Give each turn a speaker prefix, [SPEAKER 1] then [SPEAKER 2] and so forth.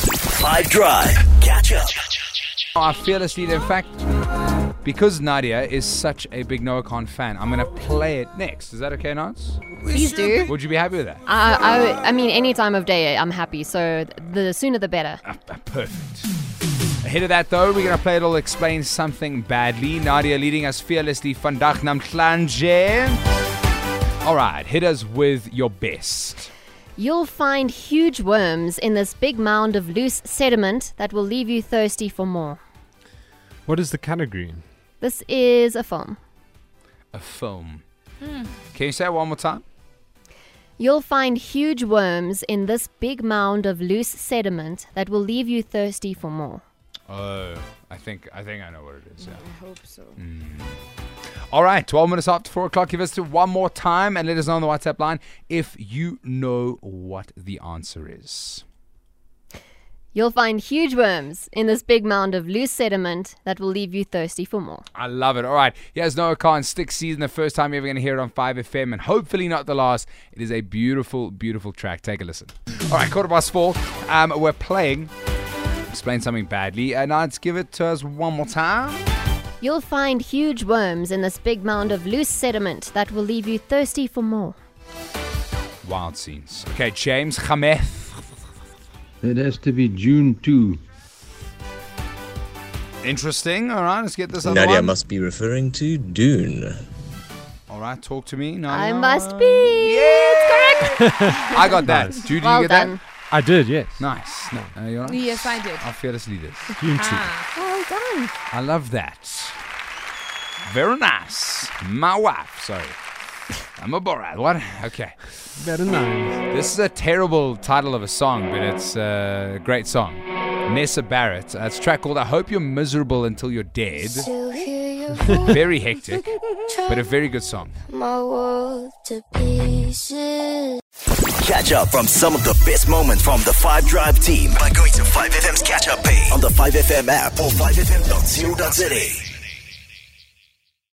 [SPEAKER 1] Five Drive. Catch up.
[SPEAKER 2] I fearlessly, in fact, because Nadia is such a big Noah Khan fan, I'm going to play it next. Is that okay, Nance?
[SPEAKER 3] Please do.
[SPEAKER 2] Would you be happy with that?
[SPEAKER 3] I, I, I mean, any time of day, I'm happy. So the sooner the better.
[SPEAKER 2] Ah, ah, perfect. Ahead of that, though, we're going to play It'll Explain Something Badly. Nadia leading us fearlessly. Vandaag namtlanje. All right, hit us with your best.
[SPEAKER 3] You'll find huge worms in this big mound of loose sediment that will leave you thirsty for more.
[SPEAKER 4] What is the category?
[SPEAKER 3] This is a film.
[SPEAKER 2] A film. Can you say it one more time?
[SPEAKER 3] You'll find huge worms in this big mound of loose sediment that will leave you thirsty for more.
[SPEAKER 2] Oh, I think I think I know what it is. Yeah. Mm.
[SPEAKER 5] I hope so.
[SPEAKER 2] All right, 12 minutes after 4 o'clock. Give us to one more time and let us know on the WhatsApp line if you know what the answer is.
[SPEAKER 3] You'll find huge worms in this big mound of loose sediment that will leave you thirsty for more.
[SPEAKER 2] I love it. All right, here's Noah Khan, Stick Season, the first time you're ever going to hear it on 5FM, and hopefully not the last. It is a beautiful, beautiful track. Take a listen. All right, quarter past four. Um, we're playing Explain Something Badly, and I'd give it to us one more time.
[SPEAKER 3] You'll find huge worms in this big mound of loose sediment that will leave you thirsty for more.
[SPEAKER 2] Wild scenes. Okay, James Khameth.
[SPEAKER 6] It has to be June 2.
[SPEAKER 2] Interesting. All right, let's get this other
[SPEAKER 7] Nadia
[SPEAKER 2] one.
[SPEAKER 7] must be referring to Dune.
[SPEAKER 2] All right, talk to me.
[SPEAKER 3] I
[SPEAKER 2] Nadia.
[SPEAKER 3] must be. It's correct.
[SPEAKER 2] I got that. Judy,
[SPEAKER 3] Well
[SPEAKER 2] you get
[SPEAKER 3] done.
[SPEAKER 2] that?
[SPEAKER 4] I did, yes.
[SPEAKER 2] Nice. No. Uh, you're
[SPEAKER 5] Yes, I did.
[SPEAKER 2] Our fearless leaders.
[SPEAKER 4] You too.
[SPEAKER 5] Ah,
[SPEAKER 3] Well done.
[SPEAKER 2] I love that. Very nice. My wife. Sorry. I'm a Borat. What? Okay.
[SPEAKER 4] Better nice.
[SPEAKER 2] This is a terrible title of a song, but it's a great song. Nessa Barrett. Uh, It's a track called I Hope You're Miserable Until You're Dead.
[SPEAKER 8] Still hear your
[SPEAKER 2] Very hectic, but a
[SPEAKER 8] voice.
[SPEAKER 2] very good song.
[SPEAKER 8] My world to pieces.
[SPEAKER 1] Catch up from some of the best moments from the Five Drive team by going to 5FM's catch up page on the 5FM app or 5FM.co.za.